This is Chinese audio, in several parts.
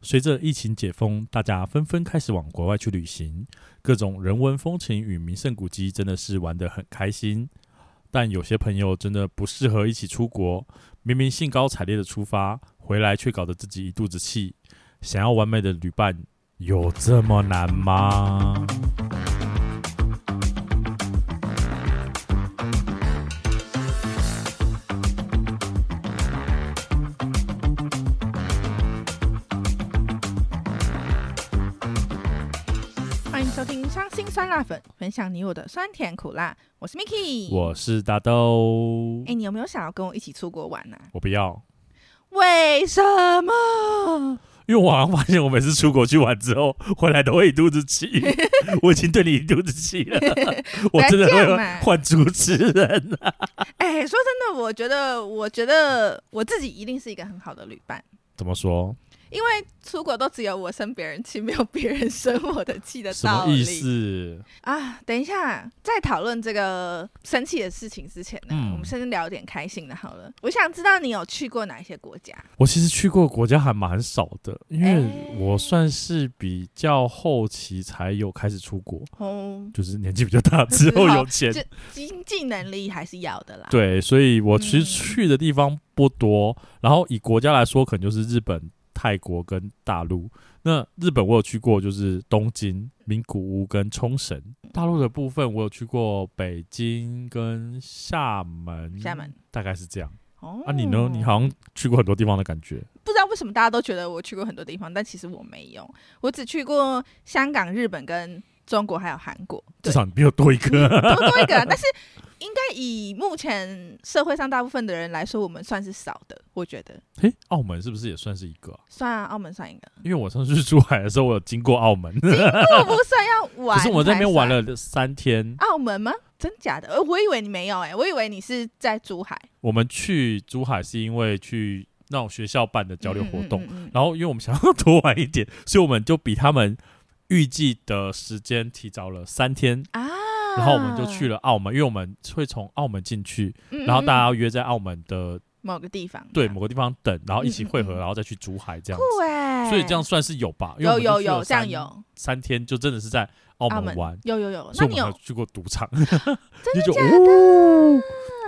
随着疫情解封，大家纷纷开始往国外去旅行，各种人文风情与名胜古迹真的是玩得很开心。但有些朋友真的不适合一起出国，明明兴高采烈的出发，回来却搞得自己一肚子气。想要完美的旅伴，有这么难吗？欢迎收听《伤心酸辣粉》，分享你我的酸甜苦辣。我是 Miki。我是大豆哎、，你有没有想要跟我一起出国玩呢、啊我不要，为什么？因为我好像发现我每次出国去玩之后，回来都会一肚子 气，我已经对你一肚子气了，我真的不要这样嘛会换主持人啊、哎、说真的，我觉得，我觉得我自己一定是一个很好的旅伴，怎么说？因为出国都只有我生别人气，没有别人生我的气的什道么理意思？啊！等一下，在讨论这个生气的事情之前呢，嗯我们先聊点开心的好了。我想知道你有去过哪些国家？我其实去过国家还蛮少的，因为哎我算是比较后期才有开始出国，哦，就是年纪比较大之后 之后有钱，就经济能力还是要的啦。对，所以我其实嗯去的地方不多。然后以国家来说，可能就是日本、泰国跟大陆。那日本我有去过，就是东京、名古屋跟冲绳。嗯大陆的部分我有去过北京跟厦门，厦门大概是这样。哦，啊，你呢？你好像去过很多地方的感觉。不知道为什么大家都觉得我去过很多地方，但其实我没有，我只去过香港、日本跟中国还有韩 国，至对，少你比我多一 个。多多一个啊。但是应该以目前社会上大部分的人来说，我们算是少的，我觉得嘿，澳门是不是也算是一个啊、算啊，澳门算 一个，因为我上次去珠海的时候，我有经过澳门，我不算要玩，可是我在那边玩。了啊三天。澳门吗？真假的？呃，我以为你没有哎、我以为你是在珠海我们去珠海是因为去那种学校办的交流活动，嗯嗯嗯嗯然后因为我们想要多玩一点，所以我们就比他们预计的时间提早了三天，啊。然后我们就去了澳门，因为我们会从澳门进去，嗯，嗯然后大家嗯要约在澳门的某个地方对这样某个地方等，然后一起汇嗯嗯合，嗯然后再去珠海这样酷子。哎、所以这样算是有吧？因为我有们就有去有了这样三有三天，就真的是在澳澳门门玩，有有有，所以那我你们还有有去过赌场， 真就的就假哦，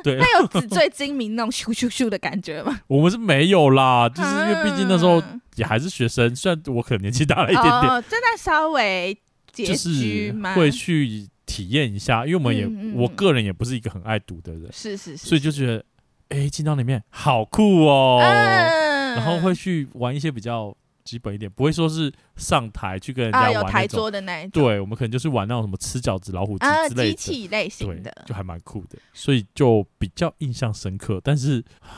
对， 那有纸醉金迷那种咻咻咻的感觉吗？我们是没有啦， 就是因为毕竟那时候啊也还是学生，虽然我可能年纪大了一点点，哦，正在稍微拮 就是据吗？会去体验一下，因为我们也、嗯嗯嗯我个人也不是一个很爱赌的人，是是是，所以就觉得哎进到里面好酷哦，嗯，然后会去玩一些比较基本一点，不会说是上台去跟人啊家有玩台那种，桌的那一种，对我们可能就是玩那种什么吃饺子、老虎机啊，之类的，机器类型对的，就还蛮酷的，所以就比较印象深刻，但是唉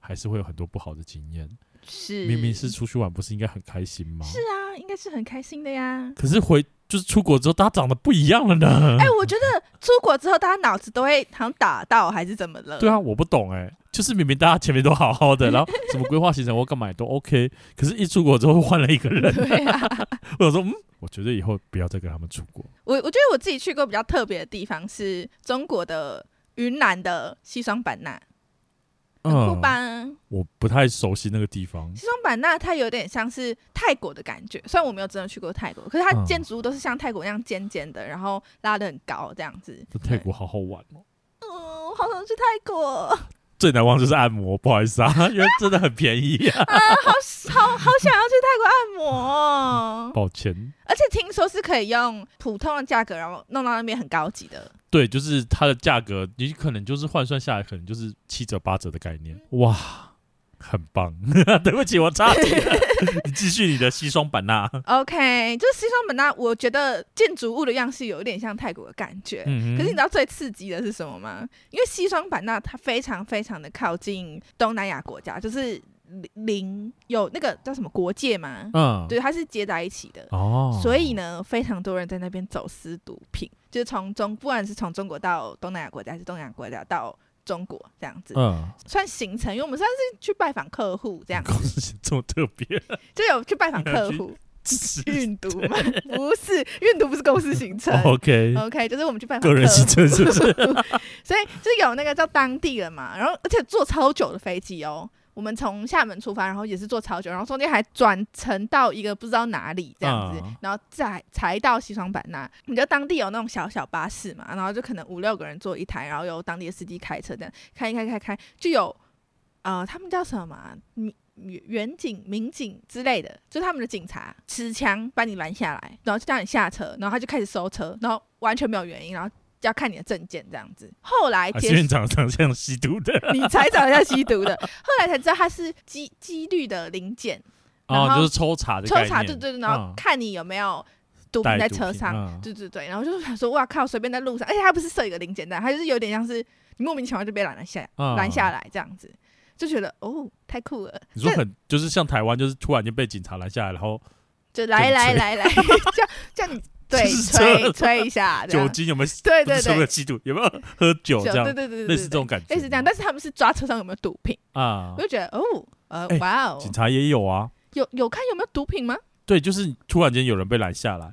还是会有很多不好的经验。是明明是出去玩，不是应该很开心吗？是啊，应该是很开心的呀。可是回就是出国之后，大家长得不一样了呢。 哎、我觉得出国之后，大家脑子都会好像打到还是怎么了？对啊，我不懂哎、就是明明大家前面都好好 的，然后什么规划行程或干嘛也都 OK，可是一出国之后换了一个 人，对啊，我想说嗯，我觉得以后不要再跟他们出国。我我觉得我自己去过比较特别的地方是中国的云南的西双版纳，很酷嗯，吧？我不太熟悉那个地方，西双版纳它有点像是泰国的感觉，虽然我没有真的去过泰国，可是它嗯建筑物都是像泰国那样尖尖的，然后拉得很高这样子。但泰国好好玩哦。嗯，我好想去泰国，最难忘就是按摩，不好意思啊， 因为真的很便宜 啊，好好好想要去泰国按摩哦、抱歉。而且听说是可以用普通的价格，然后弄到那边很高级的。对，就是它的价格，你可能就是换算下来，可能就是七折八折的概念。哇，很棒！ 对不起，我差题 了。你继续你的西双版纳。 OK，就是西双版纳，我觉得建筑物的样式有一点像泰国的感觉。嗯可是你知哼，道最刺激的是什么吗？因为西双版纳它非常非常的靠近东南亚国家，就是邻邻有那个叫什么国界嘛，嗯，对，它是接在一起的。哦，所以呢，非常多人在那边走私毒品，就是从中，不管是从中国到东南亚国家，还是东南亚国家到中国这样子，嗯，算行程，因为我们算是去拜访客户 这样，公司这么特 别，就有去拜访客 户是运毒嘛？不是，运毒不是公司 行程哦 OK， ，OK，就是我们去拜访个人客户行程 是不是？所以就有那个叫当地人嘛，然后而且坐超久的飞机哦。我们从厦门出发，然后也是坐超久，然后中间还转乘到一个不知道哪里这样子，嗯然后再才到西双版纳。你知道当地有那种小小巴士嘛，然后就可能五六个人坐一台，然后由当地的司机开车这样开一开开开，就有呃，他们叫什么啊民远警、民警之类的，就是他们的警察持枪把你拦下来，然后就叫你下车，然后他就开始搜车，然后完全没有原因，然后要看你的证件这样子。后来啊，结仙人掌长像吸毒的你才找 一下吸毒的，后来才知道它是几几率的零件，然哦，后就是抽查的抽概查对念对对，然后嗯看你有没有毒品带在毒车品上，嗯对对对，然后就是想说哇靠，随便在路上，而且它不是设一个零件弹，它就是有点像是你莫名其妙就被拦了下嗯拦下来这样子，就觉得哦太酷了，你说这很就是像台湾，就是突然间被警察拦下来，然后就来很来垂来来， 这样这 样你对是吹这吹 一下，这酒样精有没有？对不对是有没有对，吸毒？有没有喝酒酒这对对样？对对，类对似这对种感觉吗，类似这样，但是他们是抓车上有没有毒品，啊我，就觉得哦呃哎哇哦警，察也有啊。有有看有没有毒品吗？对，就是突然间有人被拦下来，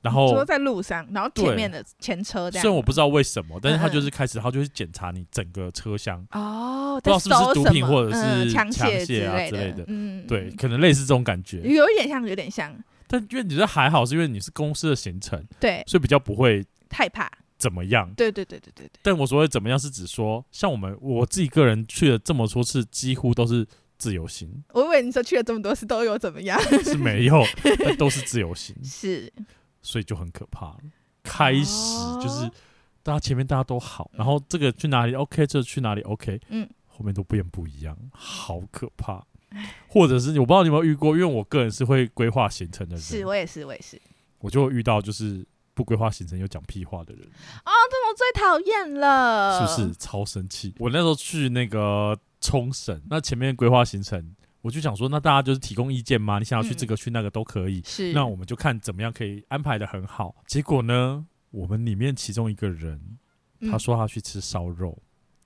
然说后在路上，然后哦对前面的前车这虽然样。我不知道为什么，但是他嗯嗯就是开始，他就会检查你整个车厢，哦，不知道在是不是搜毒什品么或者嗯是枪枪械械啊类之类的嗯，对，，可能类似这种感觉。有一点像，有点像，但因为你觉得还好，是因为你是公司的行程，对，所以比较不会害怕，怎么样。对对对对对对，但我所谓怎么样，是指说，像我们我自己个人去了这么多次，几乎都是自由行，我以为你说去了这么多次都有怎么样？ 是没有，但都是自由行，是，所以就很可怕了。开始就是哦大家前面大家都好，然后这个去哪里 OK，这个去哪里 OK，嗯，后面都变不一样，好可怕。或者是我不知道你有没有遇过，因为我个人是会规划行程的人，是我也是，我也是，哦我就会遇到就是不规划行程又讲屁话的人，我最讨厌了，是不是？超生气？我那时候去那个冲绳，那前面规划行程，我就想说，那大家就是提供意见嘛，你想要去嗯这个、去那个都可以，是？那我们就看怎么样可以安排的很好。结果呢，我们里面其中一个人嗯他说他去吃烧肉、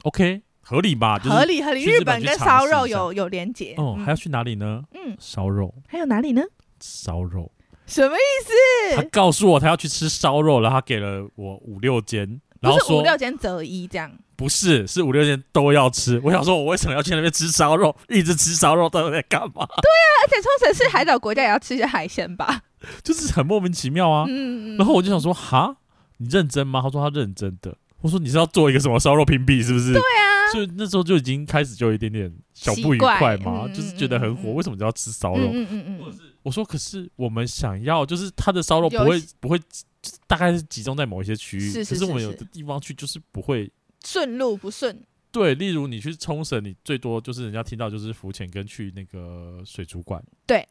o k 合理吧？就是、合理合理，去日日本本去跟尝烧试肉一下有有连结，哦，嗯还要去哪里呢？嗯，烧肉，还有哪里呢？烧肉。什么意他思？告诉我他要去吃烧肉，然后他给了我五六间，然后不是说五六间择一这样，不是，是五六天都要吃。我想说，我为什么要去那边吃烧肉？一直吃烧肉，到底在干嘛？ 而且冲绳是海岛国家，也要吃一些海鲜吧？就是很莫名其妙啊。嗯，嗯然后我就想说，哈，你认真吗？他说他认真的。我说你是要做一个什么烧肉评比是不是？对啊所以那时候就已经开始就有一点点小不愉快嘛，奇怪嗯就是觉得很火，嗯嗯为什么就要吃烧肉？嗯嗯嗯嗯，我说可是我们想要，就是他的烧肉不有会一不会，就是大概是集中在某一些区域，是是可是我们是有是的地方去就是不会顺路不顺，对，例如你去冲绳，你最多就是人家听到就是浮潜跟去那个水族馆。对，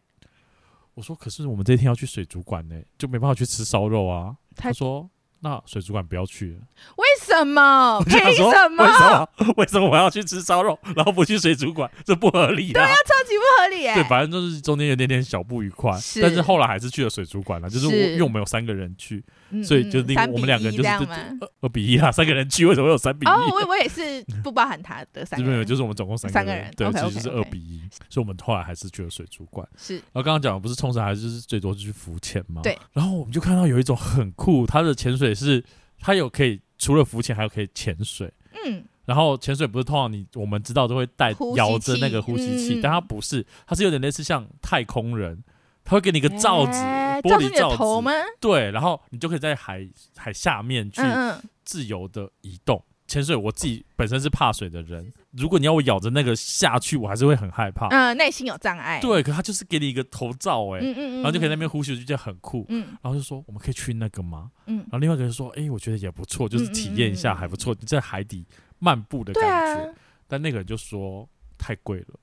我说可是我们这一天要去水族馆呢、就没办法去吃烧肉啊。他他说那水族馆不要去了。为什么？ 我就想凭说什为么？什么？为什么我要去吃烧肉，然后不去水族馆？这不合理啊！超级不合理哎、对，反正就是中间有点点小不愉快，是但是后来还是去了水族馆了。就是我是因为我们有三个人去，嗯所以就嗯另三我比们两个人一就是这样对吗二二比一啦，三个人去为什么会有三比一？哦，我我也是不包含他的三这个边有，人，就是我们总共三三个个人人对，其 OK，OK，实就是二 OK 比一，所以我们后来还是去了水族馆。是然后刚刚讲的不是冲绳，还是就是最多就是浮潜嘛。对。然后我们就看到有一种很酷，它的潜水是它有可以除了浮潜，还有可以潜水。嗯，然后潜水不是通常你我们知道都会带呼吸摇着那个呼吸器器，嗯但它不是，它是有点类似像太空人，它会给你一个罩子，哎玻子璃你的罩头子，吗？对，然后你就可以在海海下面去嗯嗯，自由的移动。潜水我自己本身是怕水的人，如果你要我咬着那个下去，我还是会很害怕。嗯，内心有障碍，对，可他就是给你一个头罩、欸，哎、嗯，嗯嗯嗯，然后就可以在那边呼吸，就觉得很酷。嗯然后就说我们可以去那个吗？嗯然，后另外一个人说，哎、我觉得也不错，就是体验一嗯下嗯嗯嗯还不错，你在海底漫步的对感觉。啊，但那个人就说太贵 了，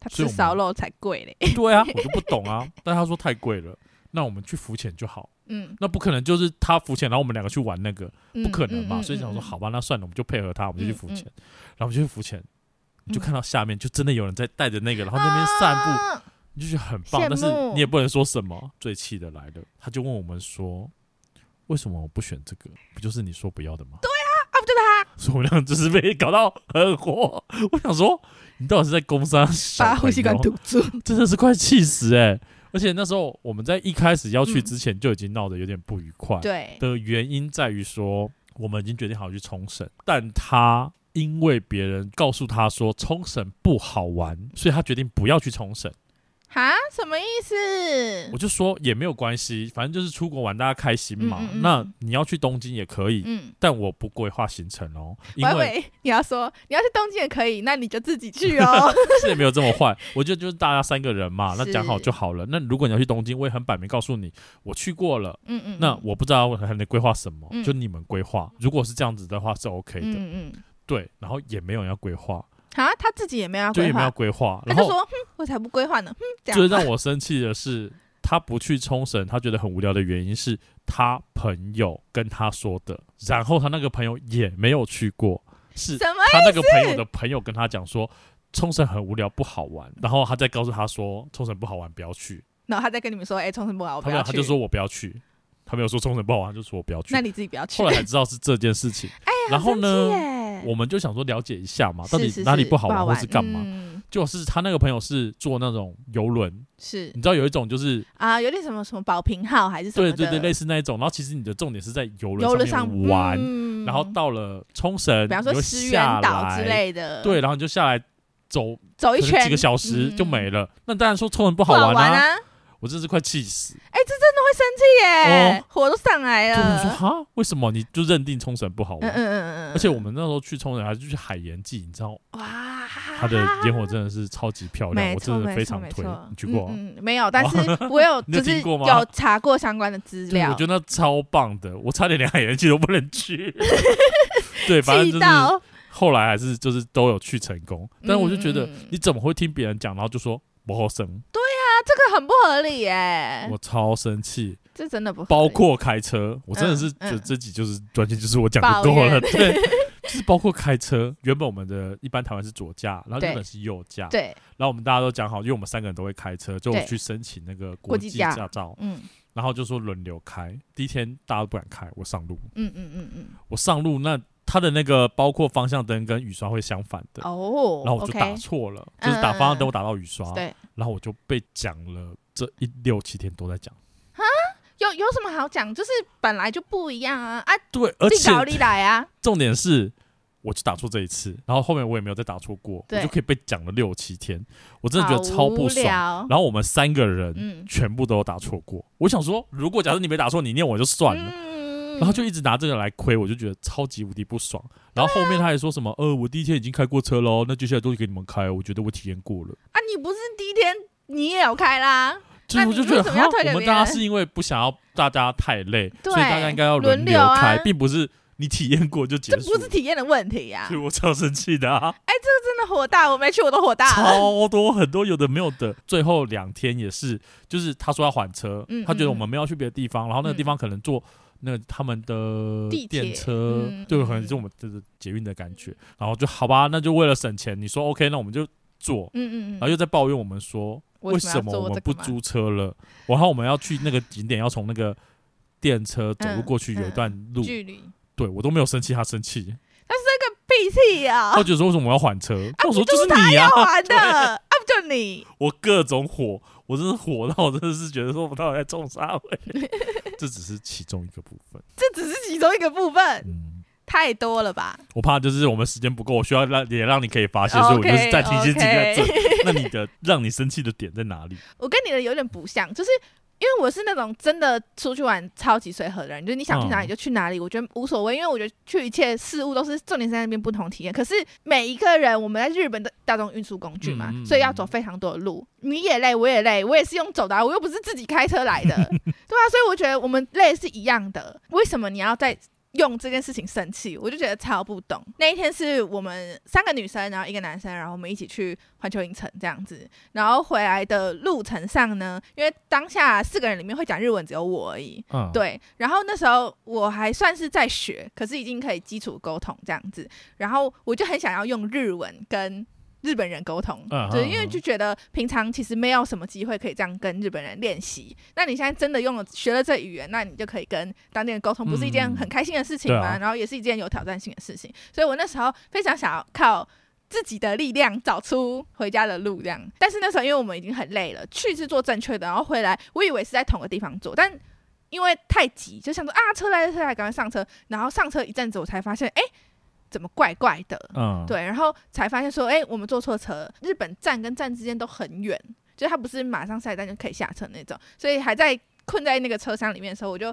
他所以吃我们烧肉才贵嘞，对啊，我就不懂啊。但他说太贵了，那我们去浮潜就好。嗯，那不可能，就是他浮潜，然后我们两个去玩那个，嗯不可能嘛。嗯嗯所以想说，嗯嗯好吧，那算了，我们就配合他，我们就去浮嗯嗯潜。然后我们就去浮潜，你就嗯看到下面就真的有人在带着那个，然后在那边散步，啊你就觉得很棒羡，但是慕你也不能说什么。最气的来了，他就问我们说：“为什么我不选这个？不就是你说不要的吗？”对啊，不就他啊，所以我们俩就是被搞到很火。我想说，你到底是在工伤把呼吸管毒，堵 住，真的是快气死哎、而且那时候我们在一开始要去之前就已经闹得有点不愉快，嗯对，的原因在于说我们已经决定好去冲绳，但他因为别人告诉他说冲绳不好玩，所以他决定不要去冲绳。哈，什么意思我？就说也没有关系，反正就是出国玩，大家开心嘛。嗯嗯嗯那你要去东京也可以，嗯，但我不规划行程哦，因我以为为你要说你要去东京也可以，那你就自己 去哦。是也没有这么坏。 我觉得就是大家三个人嘛，那讲好就好了。那如果你要去东京，我也很摆明告诉你，我去过了。嗯嗯，那我不知道我还能规划什么，嗯就你们规划。如果是这样子的话是 OK 的，嗯嗯嗯，对。然后也没有人要规划，哈，他自己也没有要就规也没有划，规划。他然就后说，哼，我才不规划呢，哼，这最样让我生气的是，他不去冲绳，他觉得很无聊的原因是他朋友跟他说的，然后他那个朋友也没有去过，是什么？他那个朋友的朋友跟他讲说。冲绳很无聊，不好玩。然后他再告诉他说，冲绳不好玩，不要去。然后他再跟你们说，哎，冲绳不好，我他不没有，要他去。就说我不要去。他没有说冲绳不好玩，他就说我不要去那。你哎自己不要去后。哎来才知道是这件事情。然后呢，耶我们就想说了解一下啊嘛，到底是是哪里是不好玩玩或是干嘛？嗯就是他那个朋友是坐那种游轮，是你知道有一种就是啊，有点什么什么保平号还是什么对的，对对，类似那一种。然后其实你的重点是在游游轮轮上面玩，嗯然后到了冲绳，比方说你就石原下岛来，之类的，对，，然后你就下来走走一可能圈几个小时嗯就没了。那当然说冲绳不不好好玩啊，啊，我真是快气死！哎，这真的会生气耶，火都上来哦就我说了。哈，为什么你就认定冲绳不好呃嗯玩？嗯嗯嗯嗯，而且我们那时候去冲绳还是去海盐季，你知道哇，它的烟火真的是超级漂亮，没我错，真的没非错常没推。错你去过啊？嗯，嗯没 有，但是我有你有就是听过吗 有查过相关的资对，料我，觉得那超棒的，我差点连海盐季都不能 去。对，反正气就是到，后来还是就是都有去成功，但我就觉得嗯嗯嗯你怎么会听别人讲，然后就说不好生，这个很不合理耶，我超生气。这真的不合包理括开车，我真的是嗯嗯觉得这集就是完全就是我讲的够了，抱怨 对，就是包括开车。原本我们的一般台湾是左驾，然后对日本是右驾，对，然后我们大家都讲好，因为我们三个人都会开车，就我对去申请那个国国际际驾驾照，嗯然后就说轮流开。第一天大家都不敢开，我上路，嗯嗯嗯嗯，我上路，那它的那个包括方向灯跟雨刷会相反的，哦，然后我就打啊 OK 嗯错了，就是打方向灯我打到雨刷，对，然后我就被讲了这一六七天都在讲，有有什么好讲？就是本来就不一样啊啊，对，而你搞且你来啊，重点是。我就打错这一次，然后后面我也没有再打错过，我对就可以被讲了六七天，我真的觉得好超无不爽。聊。然后我们三个人嗯，全部都有打错过。我想说，如果假设你没打错，你念我就算了。嗯啊然后就一直拿这个来亏，我就觉得超级无敌不爽。然后后面他还说什么，呃，我第一天已经开过车喽，那接下来都给你们开，我觉得我体验过了。啊，你不是第一天你也有开啦，就是我你就觉得，为什么要哈推给我们别大家人是因为不想要大家太累，对所以大家应该要轮流流啊开，并不是你体验过就结这束不。是体验的问题啊呀、所以我超生气的啊，真的火大，我没去我都火大了。超多很多有的没有的。最后两天也是，就是他说要还车，嗯他觉得我嗯们没有去别的地方，然后那个地方可能坐那个他们的地铁电车，嗯对，嗯可能是我们就是捷运的感觉。然后就好吧，那就为了省钱，你说 OK，那我们就坐。嗯嗯然后嗯，又在抱怨我们说，哎为什么要我做们这不个嘛？租车了？然后我们要去那个景点，要从那个电车走路嗯过去，有一嗯段路，距离？对我都没有生气，他生气，屁屁呀、他觉得说为什么我要还车？那我说哦你就就是他你要啊！ 玩的，啊不就你？我各种火，我真是火到我真的是觉得说我到底在冲啥尾？这只是其中一个部 分，这只是其中一个部分，嗯，太多了吧？我怕就是我们时间不够，我需要让也让你可以发泄，哦所 OK，以我就是在提醒自己在 OK 这。那你的让你生气的点在哪里？我跟你的有点不像，就是因为我是那种真的出去玩超级随和的人，就是你想去哪里就去哪里，我觉得无所谓，因为我觉得去一切事物都是重点是在那边不同体验。可是每一个人，我们在日本的大众运输工具嘛，嗯嗯所以要走非常多的路，你也累，我也累，我也是用走的、啊，我又不是自己开车来 的，对啊，所以我觉得我们累是一样的，为什么你要在用这件事情生气，我就觉得超不懂。那一天是我们三个女生，然后一个男生，然后我们一起去环球影城这样子。然后回来的路程上呢，因为当下四个人里面会讲日文只有我而已，嗯，，对。然后那时候我还算是在学，可是已经可以基础沟通这样子。然后我就很想要用日文跟日本人沟通，嗯对，嗯因为嗯就觉得平常其实没有什么机会可以这样跟日本人练习。那你现在真的用了学了这语言，那你就可以跟当地人沟通，不是一件嗯很开心的事情对吗？啊然后也是一件有挑战性的事情。所以我那时候非常想要靠。自己的力量找出回家的路，这样。但是那时候因为我们已经很累了，去是做正确的，然后回来我以为是在同个地方做，但因为太急，就想说啊车来了车来了，赶快上车。然后上车一阵子，我才发现，哎、怎么怪怪的，嗯，，对，然后才发现说，哎、我们坐错车了。日本站跟站之间都很远，就是它不是马上下一站就可以下车那种，所以还在困在那个车厢里面的时候，我就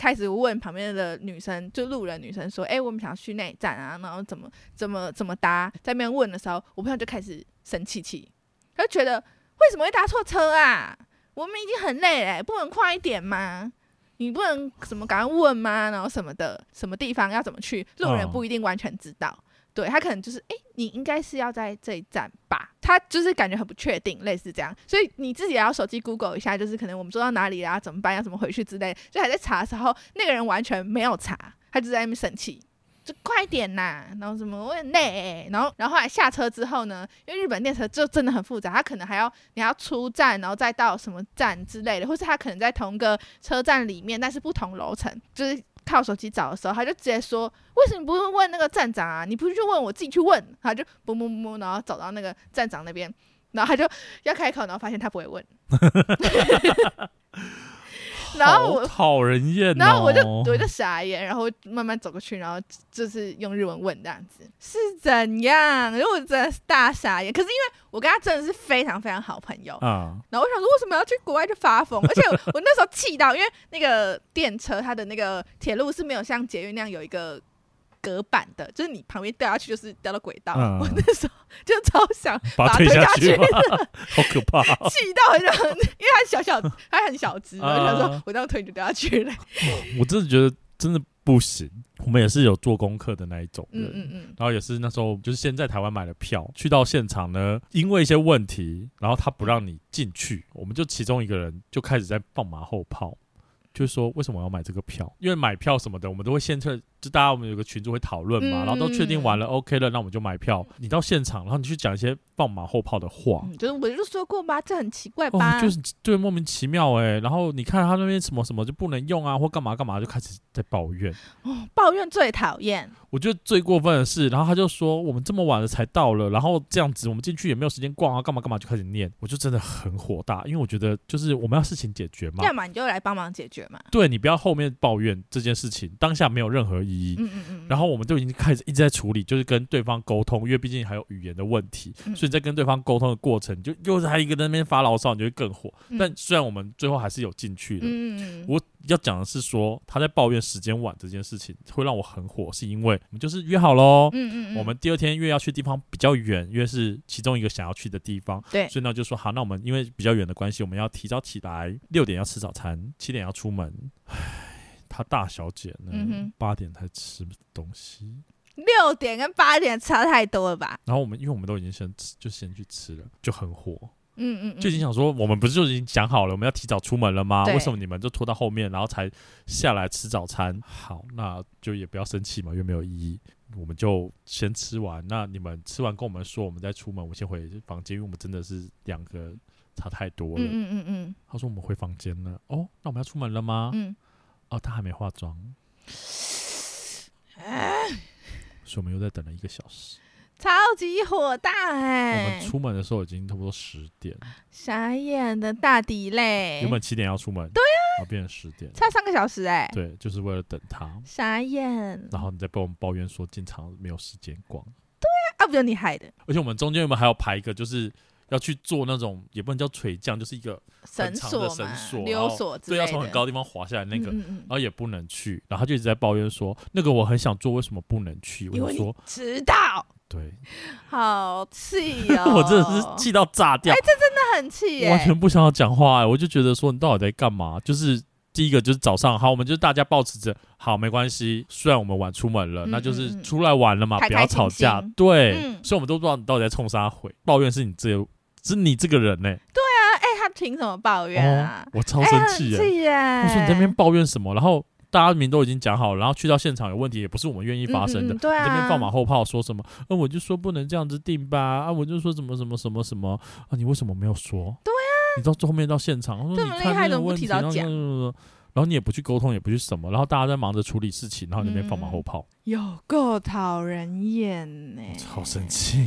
开始问旁边的女生，就路人女生说，哎、我们想去那一站啊，然后怎么怎么怎么搭，在那边问的时候，我朋友就开始生气气，他就觉得为什么会搭错车啊？我们已经很累嘞、不能快一点吗？你不能什么赶快问吗？然后什么的，什么地方要怎么去，路人嗯不一定完全知道。对他可能就是，哎、你应该是要在这一站吧？他就是感觉很不确定，类似这样，所以你自己也要手机 Google 一下，就是可能我们坐到哪里啊啦，怎么办，要怎么回去之类的。就还在查的时候，那个人完全没有查，他就在那边生气，就快点呐，然后什么我很累欸、然后然后后来下车之后呢，因为日本电车就真的很复杂，他可能还要你还要出站，然后再到什么站之类的，或是他可能在同个车站里面，但是不同楼层，就是靠手机找的时候，他就直接说：“为什么你不问那个站长啊？你不是去问我自己去问？”他就嘣嘣嘣嘣，然后走到那个站长那边，然后他就要开口，然后发现他不会问， 然后我讨人厌、哦，然后我就我就傻眼，然后慢慢走过去，然后就是用日文问这样子是怎样，因为我真的是大傻眼。可是因为我跟他真的是非常非常好朋友，啊，然后我想说，为什么要去国外就发疯？而且 我我那时候气到，因为那个电车它的那个铁路是没有像捷运那样有一个隔板的，就是你旁边掉下去就是掉到轨道。嗯我那 时候就超想把把它它推推下下去去 吧，好可怕哦、气到很想， 因为它小小，它很小只，我就想啊说，我这样推你就掉下去了。我真的觉得真的不行。我们也是有做功课的那一种人，嗯嗯嗯，然后也是那时候就是先在台湾买了票，去到现场呢，因为一些问题，然后他不让你进去，我们就其中一个人就开始在放马后炮，就是说为什么我要买这个票？因为买票什么的，我们都会先测，就大家我们有个群组会讨论嘛，嗯然后都确定完了 OK 了，那我们就买票。你到现场，然后你去讲一些放马后炮的话，嗯就是我就说过吧，这很奇怪吧？哦，就是对莫名其妙哎、然后你看他那边什么什么就不能用啊，或干嘛干嘛，就开始在抱怨。哦抱怨最讨厌，我觉得最过分的是，然后他就说我们这么晚了才到了，然后这样子我们进去也没有时间逛啊，干嘛干嘛就开始念，我就真的很火大，因为我觉得就是我们要事情解决嘛要，么你就来帮忙解决嘛。对你不要后面抱怨这件事情，当下没有任何意义。嗯嗯嗯。然后我们都已经开始一直在处理，就是跟对方沟通，因为毕竟还有语言的问题，嗯所以在跟对方沟通的过程，就又在一个在那边发牢骚，你就会更火。嗯但虽然我们最后还是有进去的，嗯嗯嗯我要讲的是说，他在抱怨时间晚这件事情会让我很火，是因为我们就是约好喽，嗯嗯嗯，我们第二天越要去地方比较远，越是其中一个想要去的地方，对所以呢就说好，那我们因为比较远的关系，我们要提早起来，六点要吃早餐，七点要出门。唉，她大小姐嗯呢哼，八、点才吃东西，六点跟八点差太多了吧？然后我们因为我们都已经先吃，就先去吃了，就很火，嗯嗯嗯，就已经想说，我们不是就已经讲好了，我们要提早出门了吗？对为什么你们就拖到后面，然后才下来吃早餐？好，那就也不要生气嘛，因为没有意义。我们就先吃完，那你们吃完跟我们说，我们再出门。我先回房间，因为我们真的是两个差太多了。嗯嗯嗯嗯他说我们回房间了，哦，那我们要出门了吗？嗯，哦，他还没化妆，所以我们又在等了一个小时。超级火大我哎、们出门的时候已经差不多十点，傻眼的大底嘞原，本七点要出门，对啊，然后变成十点，差三个小时哎、对，啊就是为了等他。傻眼然后你再被我们抱怨说进场没有时间逛，啊，不就你害的而且我们中间有没有还要排一个，就是要去做那种也不能叫垂降，就是一个绳很索长的嘛绳索，哦溜索之对，类的，要从很高的地方滑下来那个，啊嗯嗯然嗯后也不能去，然后他就一直在抱怨说那个我很想做，为什么不能去？我因为就你说迟到，对，好气哦！ 我真的是，气到炸掉，那很气耶、完全不想要讲话、哎我就觉得说你到底在干嘛？就是。第一个就是早上好，我们就是大家保持着好，没关系。虽然我们晚出门了，嗯那就是嗯嗯出来玩了嘛，开不开要吵心架。心对，嗯所以我们都不知道你到底在冲啥回。抱怨是你这，是你这个人呢、啊哎、他凭什么抱怨啊？哦，我超哎生很气耶、气耶、嗯我说你在那边抱怨什么？然后大家明都已经讲好了，然后去到现场有问题也不是我们愿意发生的，嗯嗯嗯对啊你这边放马后炮说什么？呃，我就说不能这样子定吧，啊，我就说什么什么什么什么啊，你为什么没有说？对啊，你到最后面到现场，我说这你么厉看害那个怎么不问题提早然后讲然后然后你也不去沟通，也不去什么，然后大家在忙着处理事情，然后你那边放马后炮，嗯有够讨人厌呢、 我超生气。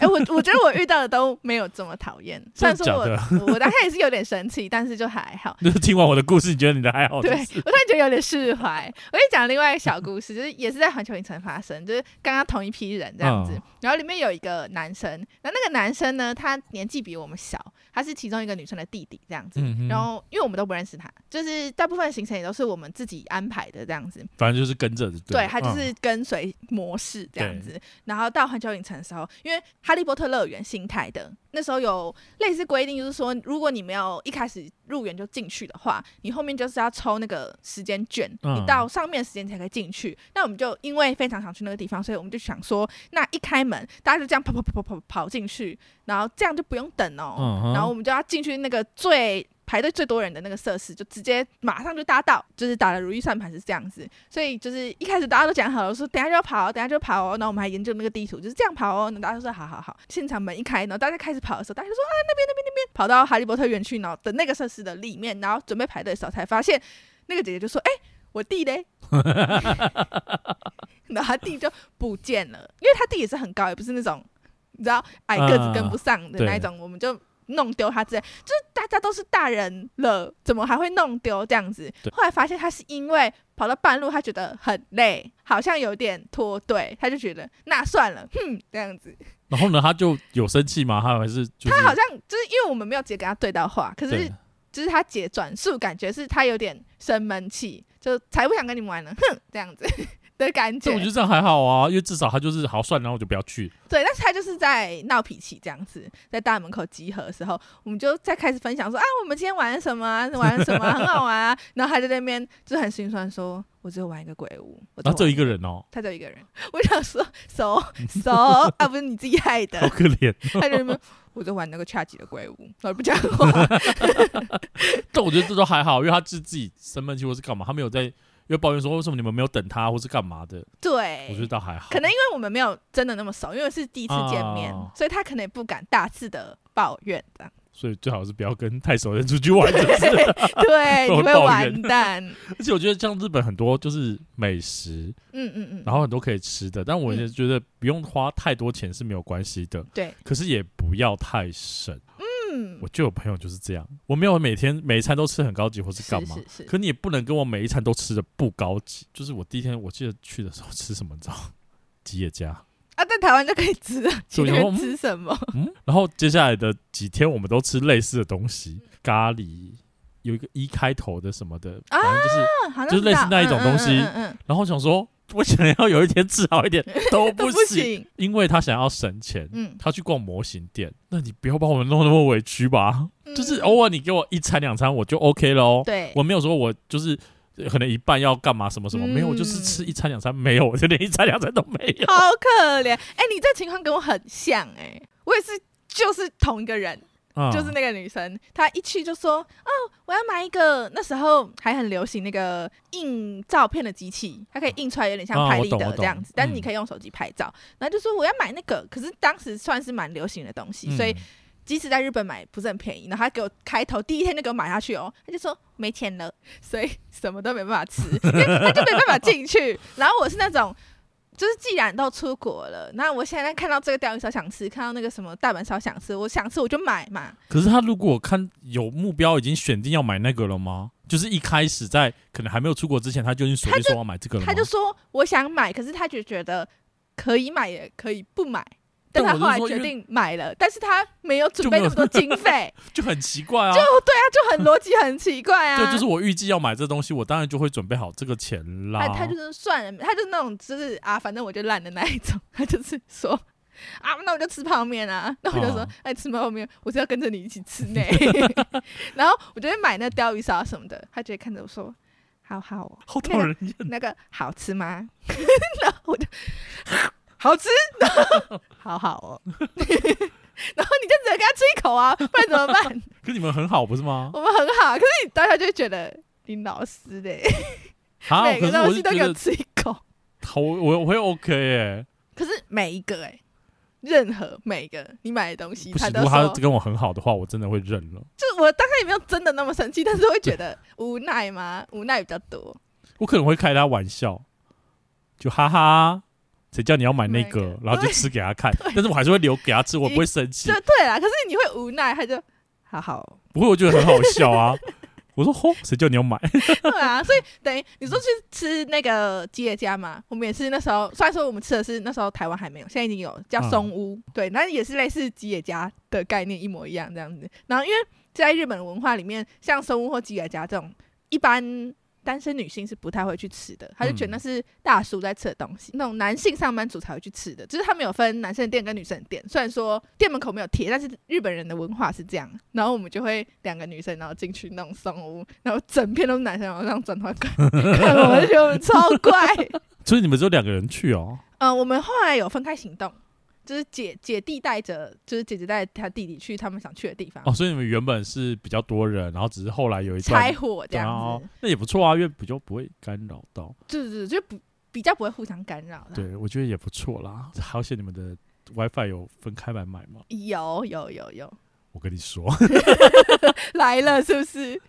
哎、我我觉得我遇到的都没有这么讨 厌，虽真然的说假我的？我我当下也是有点生气，但是就还好。就是听完我的故事，你觉得你的还好？对，我 突就是然觉得有点释怀。我跟你讲另外一个小故 事，就是也是在环球影城发生，就是刚刚同一批人这样子。嗯然后里面有一个男生，然后那个男生呢，他年纪比我们小，他是其中一个女生的弟弟这样子。嗯哼然后因为我们都不认识他，就是大部分行程也都是我们自己安排的这样子。反正就是跟着的，对了他就是跟随模式这样嗯对子。然后到环球影城的时候，因为哈利波特乐园新开的，那时候有类似规定，就是说如果你没有一开始入园就进去的话，你后面就是要抽那个时间券，嗯你到上面的时间才可以进去。那我们就因为非常想去那个地方，所以我们就想说，那一开门大家就这样跑跑跑跑跑跑进去，然后这样就不用等哦。嗯哼然后我们就要进去那个最排队最多人的那个设施，就直接马上就搭到，就是打了如意算盘是这样子。所以就是一开始大家都讲好了，说等一下就要跑哦，等一下就要跑哦。然后我们还研究那个地图，就是这样跑哦。然后大家就说好好好。现场门一开，然后大家开始跑的时候，大家就说啊那边那边那边，跑到哈利波特园区，然后的那个设施的里面，然后准备排队的时候，才发现那个姐姐就说：“哎、我弟嘞。”然后他弟就不见了，因为他弟也是很高，也不是那种你知道矮个子跟不上的啊那一种，我们就弄丢他之类，就是大家都是大人了，怎么还会弄丢这样子对？后来发现他是因为跑到半路，他觉得很累，好像有点脱队，他就觉得那算了，哼，这样子。然后呢，他就有生气吗？他还是就是他好像就是因为我们没有直接跟他对到话，可是对就是他姐转述，感觉是他有点生闷气，就才不想跟你们玩了，哼，这样子 的感觉这我觉。得这样还好啊，因为至少他就是好算了，然后我就不要去。对，但是他就是在闹脾气这样子，在大门口集合的时候，我们就在开始分享说啊，我们今天玩了什么啊，玩了什么啊、很好玩啊。 然后他就在那边就很心酸说，我只有玩一个鬼屋，我然后只有一玩个人哦，他只有一个人。 我想说，熟熟啊，不是你自己害的好，可怜。他就在那边我就玩那个恰吉的鬼屋，我不讲 话。但我觉得这都还好，因为他是自己生闷气或是干嘛，他没有在因为抱怨说为什么你们没有等他或是干嘛的，对，我觉得倒还好。可能因为我们没有真的那么熟，因为是第一次见面，哦所以他可能也不敢大肆的抱怨 这样。所以最好是不要跟太熟的 人出去玩。就是对，我你会抱完怨蛋。而且我觉得像日本很多就是美食，嗯嗯嗯， 然后很多可以吃的，但我也觉得不用花太多钱是没有关系的，对，可是也不要太省。嗯，我就有朋友就是这样，我没有每天每一餐都吃很高级或是干嘛，是是是，可你也不能跟我每一餐都吃的不高级。就是我第一天我记得去的时候吃什么，你知道？吉野家。啊，在台湾就可以 吃啊，去所以那我边想说吃什么？嗯， 然后接下来的几天我们都吃类似的东西，嗯咖喱有一个一开头的什么的，啊反正就是，嗯好像就是类似知道那一种东西嗯嗯嗯嗯然后想说，我想要有一天吃好一点都 都不不行，行。因为他想要省钱，嗯，他去逛模型店，那你不要把我们弄那么委屈吧，就是嗯偶尔你给我一餐两餐我就 OK 喽，对，我没有说我就是。呃可能一半要干嘛什么嗯什么、没有，我就是吃一餐两餐没有，我就连一餐两餐都没有。好可怜。哎，你这情况跟我很像哎，我也是，就是同一个人。啊 就是那个女生，她一去就说：“哦，我要买一个那时候还很流行那个印照片的机器，它可以印出来有点像啊拍我立懂得我懂这样子，但是嗯你可以用手机拍照。然后就说我要买那个，可是当时算是蛮流行的东西，所以嗯即使在日本买不是很便宜。然后她给我开头第一天就给我买下去哦，她就说没钱了，所以什么都没办法 吃，因为她就没办法进去。然后我是那种。就是既然都出国了，那我现在看到这个鲷鱼烧想吃，看到那个什么大阪烧想吃，我想吃我就买嘛。可是他如果看有目标已经选定要买那个了吗？就是一开始在可能还没有出国之前，他就已经锁定说要买这个了吗？他就说我想买，可是他就觉得可以买也可以不买，但但他我是后来说决因为定买了，但是他没有准就备没那有么多经 费，就很奇怪啊。他就很逻辑很奇怪啊。对，就是我预计要买这东西，我当然就会准备好这个钱啦。他哎他就是算了，他就是那种就是啊，反正我就烂的那一种，他就是说啊，那我就吃泡面啊，那我就说哦哎、吃泡面，我是要跟着你一起吃呢。 然后我就会买那鲷鱼烧什么的，他就会看着我说好好哦，好那讨个人厌。那个好吃吗？ 然后 我就好吃，然后 好好哦。 然后你就只能给他吃一口啊，不然怎么办？ 可你们很好不是吗？我们很好，可是你当下就会觉得你老师嘞，啊，每可个是我东是西都觉给我得吃一口，好，我我会 OK 哎、可是每一个哎、任何每一个你买的东西，不他行，都如果他说，跟我很好的话，我真的会认了。就是我当下也没有真的那么生气，但是会觉得无奈嘛，无奈比较多。我可能会开他玩笑，就哈哈，谁叫你要买那买那个个，然后就吃给他看对，但是我还是会留给他吃，我你不会生气就，对啦。可是你会无奈，他就 好好，不会，我觉得很好笑 啊。我说吼，谁叫你要买？对啊。所以等于你说去吃那个吉野家嘛，我们也是那时候，虽然说我们吃的是那时候台湾还没有，现在已经有叫嗯松屋，对，那也是类似吉野家的概念一模一样这样子。然后因为在日本文化里面，像松屋或吉野家这种一般。单身女性是不太会去吃的，她就觉嗯得那是大叔在吃的东西，那种男性上班族才会去吃的。就是他们有分男生的店跟女生的店，虽然说店门口没有贴，但是日本人的文化是这样。然后我们就会两个女生，然后进去那种松屋，然后整片都是男生，然后这样转头看， 看我就觉得我们超怪。所以你们只有两个人去哦。呃，我们后来有分开行动，就是姐姐弟带着，就是姐姐带她弟弟去他们想去的地方，哦，所以你们原本是比较多人，然后只是后来有一段拆伙这样哦子，，哦那也不错啊，因为比较不会干扰到。对对对，就不比较不会互相干扰啦。对，我觉得也不错啦。好险你们的 WiFi 有分开来买吗？有有有有，我跟你说， 来了是不是？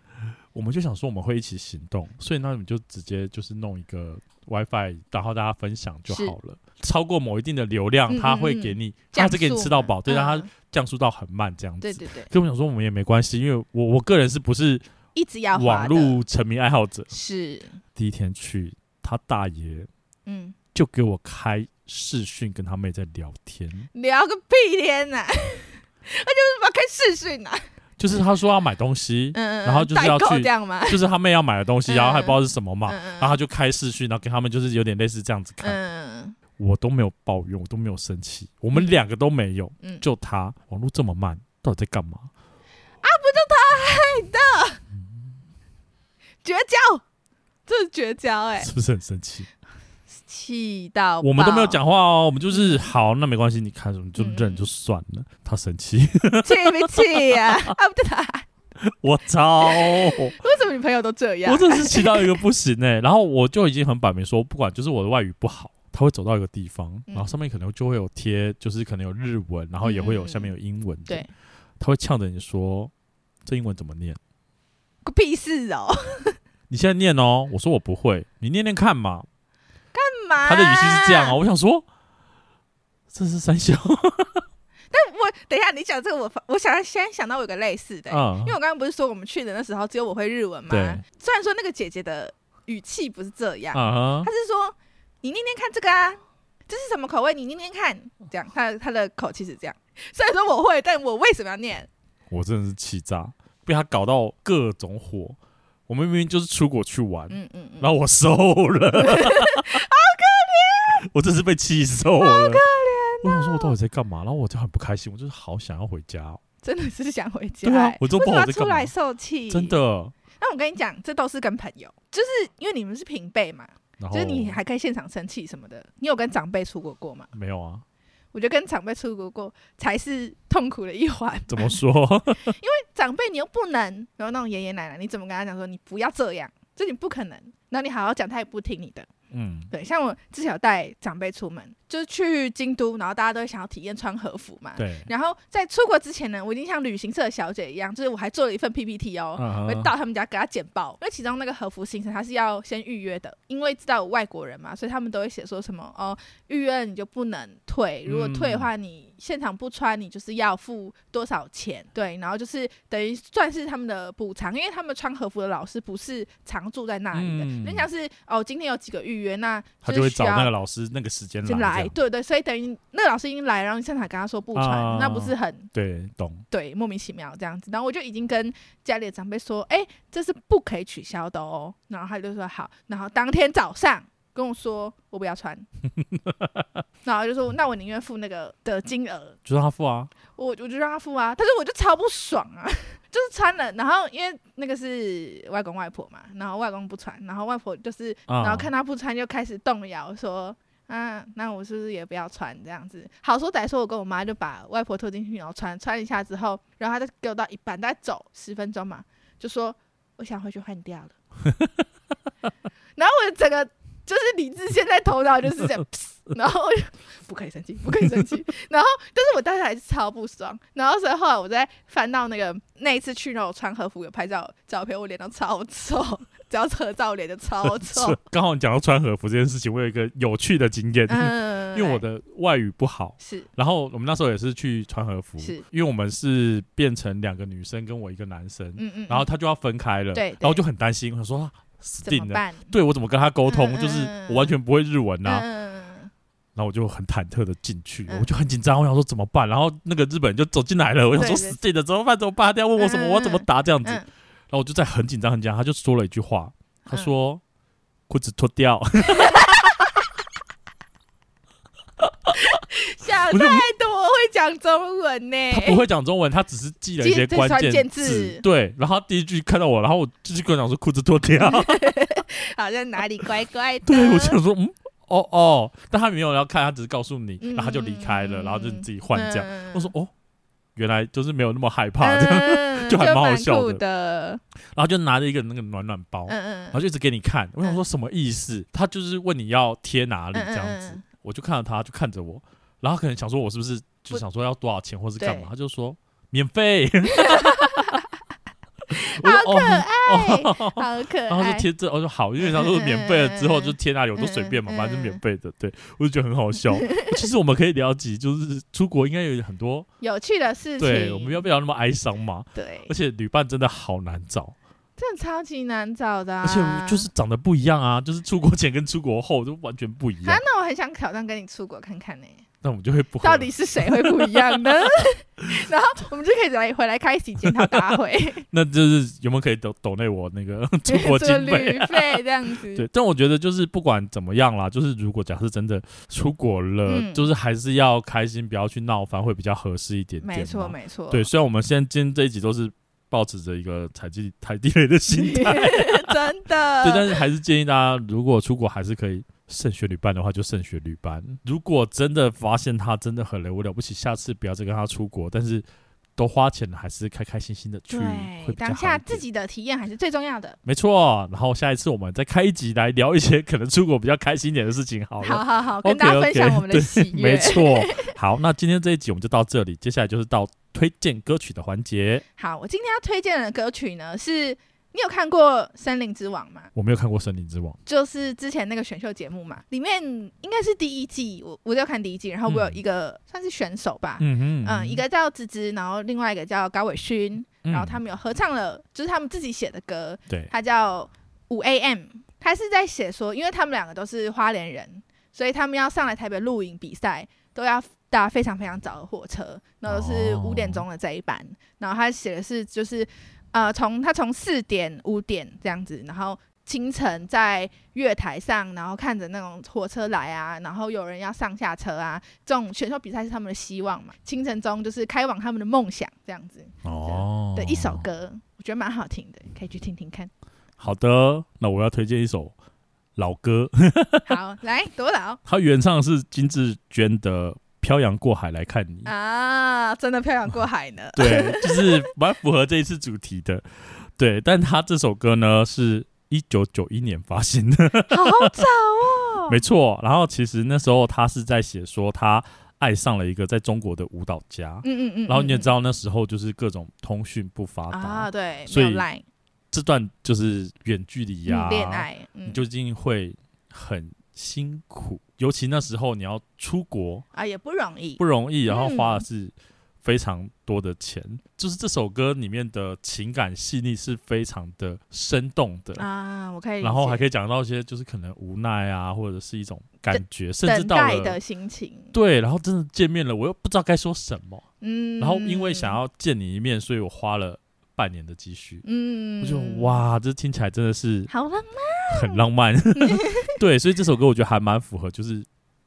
我们就想说我们会一起行动，所以那你们就直接就是弄一个 WiFi，然后大家分享就是好了。超过某一定的流量，嗯它嗯会嗯给你，它只给你降速吃到嘛饱，对，让它嗯降速到很慢这样子。对对对，所以我想说我们也没关系，因为我我个人是不是一直要滑网的络沉迷爱好者？是第一天去，他大爷嗯，就给我开视讯跟他妹在聊天，聊个屁天啊 呐、那就是要开视讯 呐、就是他说要买东西，嗯嗯，然后就是要代购去这样吗？就是他妹要买的东西，嗯然后还不知道是什么嘛，嗯嗯然后他就开视讯，然后跟他们就是有点类似这样子看，嗯我都没有抱怨，我都没有生气，我们嗯两个都没有，嗯，就他网络这么慢，到底在干嘛？绝交，这是绝交哎、是不是很生气？气到我们都没有爆讲话哦，我们就是好，那没关系，你看什么就嗯忍嗯就算了。他生气， 气没气呀、啊？啊，不对啦，我操！为什么你朋友都这样我？真的是气到一个不行 哎、然后我就已经很摆明说，不管就是我的外语不好，他会走到一个地方，嗯然后上面可能就会有贴，就是可能有日文，然后也会有嗯嗯下面有英文的，对，他会呛着你说这英文怎么念？个屁事哦，你现在念哦，我说我不会，你念念看嘛。干嘛？他的语气是这样哦，。我想说这是三小我等一下，你讲这个我发，我想先想到我有个类似的、 啊因为，我刚刚不是说我们去的那时候只有我会日文吗？对虽然说那个姐姐的语气不是这样，啊哈她，是说你念念看这个啊，这是什么口味？你念念看，这样，她她的口气是这样。虽然说我会，但我为什么要念？我真的是气炸，被他搞到各种火。我们明明就是出国去玩，嗯嗯嗯，然后我收了， 好可怜，我真是被气瘦了，好可怜、啊我想说，我到底在干嘛？然后我就很不开心，我就是好想要回家哦、真的是想回家、对啊欸，我都为不什知道我么要在出干嘛来受气，真。的。那我跟你讲，这都是跟朋友，就是因为你们是平辈嘛，然后就是你还可以现场生气什么的。你有跟长辈出国过吗？没有啊？我觉得跟长辈出国过才是痛苦的一环。怎么说？ 长辈你又不能，然后那种爷爷奶奶，你怎么跟他讲说你不要这样？这你不可能。然后你好好讲，他也不听你的。嗯，对，像我之前有带长辈出门，就是去京都，然后大家都会想要体验穿和服嘛。对，然后在出国之前呢，我已经像旅行社的小姐一样，就是我还做了一份 PPT 哦，嗯我会到他们家给他简报，因为其中那个和服行程他是要先预约的，因为知道有外国人嘛，所以他们都会写说什么哦，预约了你就不能退，如果嗯退的话你现场不穿，你就是要付多少钱，对，然后就是等于算是他们的补偿，因为他们穿和服的老师不是常住在那里的，嗯人家是哦今天有几个预约，那他就就是会需找要那个老师那个时间先来这样，对对，所以等于那个老师已经来，然后你现场跟他说不穿，啊那不是很对，懂。对，莫名其妙这样子。然后我就已经跟家里的长辈说，哎、这是不可以取消的哦。然后他就说好，然后当天早上跟我说我不要穿，然后就说那我宁愿付那个的金额，就让他付啊，我我就让他付啊。但是我就超不爽啊，就是穿了，然后因为那个是外公外婆嘛，然后外公不穿，然后外婆就是，啊然后看他不穿就开始动摇说。啊，那我是不是也不要穿这样子？好说歹说，我跟我妈就把外婆拖进去，然后穿穿一下之后，然后她就给我到一半，大概走十分钟嘛，就说我想回去换掉了。 然后我整个就是理智现在头脑就是这样， 然后我就不可以生气，不可以生气。然后，但是我当时还是超不爽。然后所以后来我在翻到那个那一次去那种穿和服有拍照的照片，我脸都超臭，只哦要是合照我脸就超 臭是。刚好你讲到穿和服这件事情，我有一个有趣的经验。嗯，因为我的外语不好。是然后我们那时候也是去穿和服，是因为我们是变成两个女生跟我一个男生，嗯嗯，然后嗯他就要分开了，对对然后我就很担心，我说啊死怎定么了，办？对我怎么跟他沟通？嗯嗯就是嗯我完全不会日文呐、啊嗯嗯嗯然后我就很忐忑的进去，嗯我就很紧张，我想说怎么办？然后那个日本人就走进来了，我想说对对死定了，怎么办？怎么办？他要问我什么？嗯嗯我要怎么答？这样子，嗯，然后我就在很紧张很紧张，他就说了一句话，他嗯说裤子脱掉，想我就太多，会讲中文呢。 他不会讲中文，他只是记了一记些对关关键键字对，然后他第一句看到我，然后我就是跟我讲说裤子脱 掉，好像哪里乖乖 的。对我想说嗯。哦哦，但他没有要看，他只是告诉你，嗯然后他就离开了，嗯然后就你自己换这样。样我说哦，原来就是没有那么害怕这样，嗯 就还蛮好笑酷的的。然后就拿着一个那个暖暖包，嗯嗯然后就一直给你看。我想说什么意思？他就是问你要贴哪里这样子，嗯嗯嗯我就看到他就看着我，然后可能想说我是不是就不想说要多少钱或是干嘛对，他就说免 费，我好说可哦，爱，好可爱。然后就贴这，我说好，因为他说免费了之后嗯嗯嗯嗯就贴哪里我都随便嘛，嗯嗯反正是免费的，对我就觉得很好 笑。其实我们可以聊几，就是出国应该有很多，有趣的事情。对，我们要不要那么哀伤嘛？对而，且旅伴真的好难找，真的超级难找的、啊。而且就是长得不一样啊，就是出国前跟出国后都完全不一啊样，，那我很想挑战跟你出国看看呢、那我们就会啊不合到底是谁会不一样呢？ 然后我们就可以来回来开始检讨大会，那就是有没有可以抖抖内我那个 出国这个经旅费？费这样 子。对，但我觉得就是不管怎么样啦，就是如果假设真的出国了，嗯就是还是要开心，不要去闹翻，会比较合适一点点嘛。没错，没错。 对，虽然我们现在今天这一集都是保持着一个踩地踩地雷的心 态，真 的。对，但是还是建议大家，如果出国还是可以慎选旅伴的话，就慎选旅伴。如果真的发现他真的很累，我了不起，下次不要再跟他出国，但是都花钱了，还是开开心心的去，会比对较当好下一自点己的体验还是最重要的。没错。然后下一次我们再开一集来聊一些 可能出国比较开心一点的事情好了。好好好， OK，OK，跟大家分享我们的对喜悦。没 错。好，那今天这一集我们就到这里，接下来就是到推荐歌曲的环节。好，我今天要推荐的歌曲呢，是你有看过《森林之王》吗？我没有看过《森林之王》，就是之前那个选秀节目嘛，里面应该是第一季，我我就看第一季，然后我有一个、算是选手吧，嗯嗯哼一，个叫芝芝，然后另外一个叫高伟勋，嗯然后他们有合唱了，就是他们自己写的歌，对，他叫五 AM，他是在写说，因为他们两个都是花莲人，所以他们要上来台北露营比赛，都要搭非常非常早的火车，然后都是哦五点钟的这一班。然后他写的是就是呃，从他从四点五点这样子，然后。清晨在月台上，然后看着那种火车来啊，然后有人要上下车啊，这种选秀比赛是他们的希望嘛。清晨中就是开往他们的梦想，这样子哦的一首歌，我觉得蛮好听的，可以去听听看。好的，那我要推荐一首老歌， 好，来多老它原唱是金志娟的《漂洋过海来看你》啊，真的漂洋过海呢。嗯对，就是蛮符合这一次主题的。对，但它这首歌呢是一九九一年发行的，好早 哦。没错。然后其实那时候他是在写说他爱上了一个在中国的舞蹈家，嗯嗯嗯。然后你也嗯知道那时候就是各种通讯不发嗯达，啊，对，所以没有 Line，这段就是远距离呀、嗯恋爱，嗯你究竟会很辛苦，尤其那时候你要出国啊也不容易不。容易，然后花的是非常多的钱。就是这首歌里面的情感细腻是非常的生动的，啊，我可以理解。然后还可以讲到一些就是可能无奈啊，或者是一种感觉，甚至等到待了的嗯心情，对，然后真的见面了，我又不知道该说什么，嗯。然后因为想，要见你一面，所以我花了半年的积蓄。嗯，我就，哇，这听起来真的是好浪漫。很浪漫。 对，所以这首歌我觉得还蛮符合，就是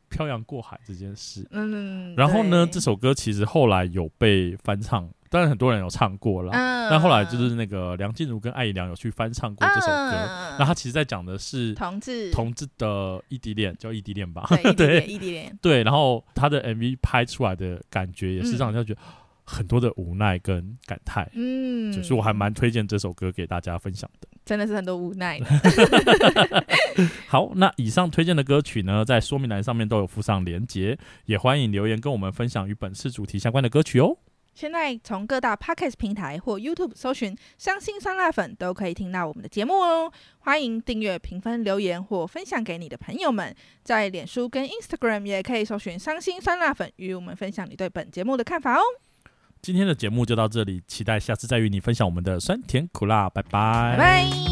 漂洋过海这件事。嗯。然后呢，对这首歌其实后来有被翻唱，当然很多人有唱过啦。嗯，但后来就是那个梁静茹跟艾怡良有去翻唱过这首歌。嗯那他其实在讲的是同志同志的异地恋，叫异地恋吧？对对异地恋，对。然后他的 MV 拍出来的感觉也是让人家觉得 很多的无奈跟感慨。嗯，就是我还蛮推荐这首歌给大家分享的。真的是很多无奈的。好，那以上推荐的歌曲呢，在说明栏上面都有附上连结，也欢迎留言跟我们分享与本次主题相关的歌曲哦。现在从各大 podcast 平台或 YouTube 搜寻“伤心酸辣粉”，都可以听到我们的节目哦。欢迎订阅、评分、留言或分享给你的朋友们。在脸书跟 Instagram 也可以搜寻“伤心酸辣粉”，与我们分享你对本节目的看法哦。今天的节目就到这里，期待下次再与你分享我们的酸甜苦辣，拜拜拜拜。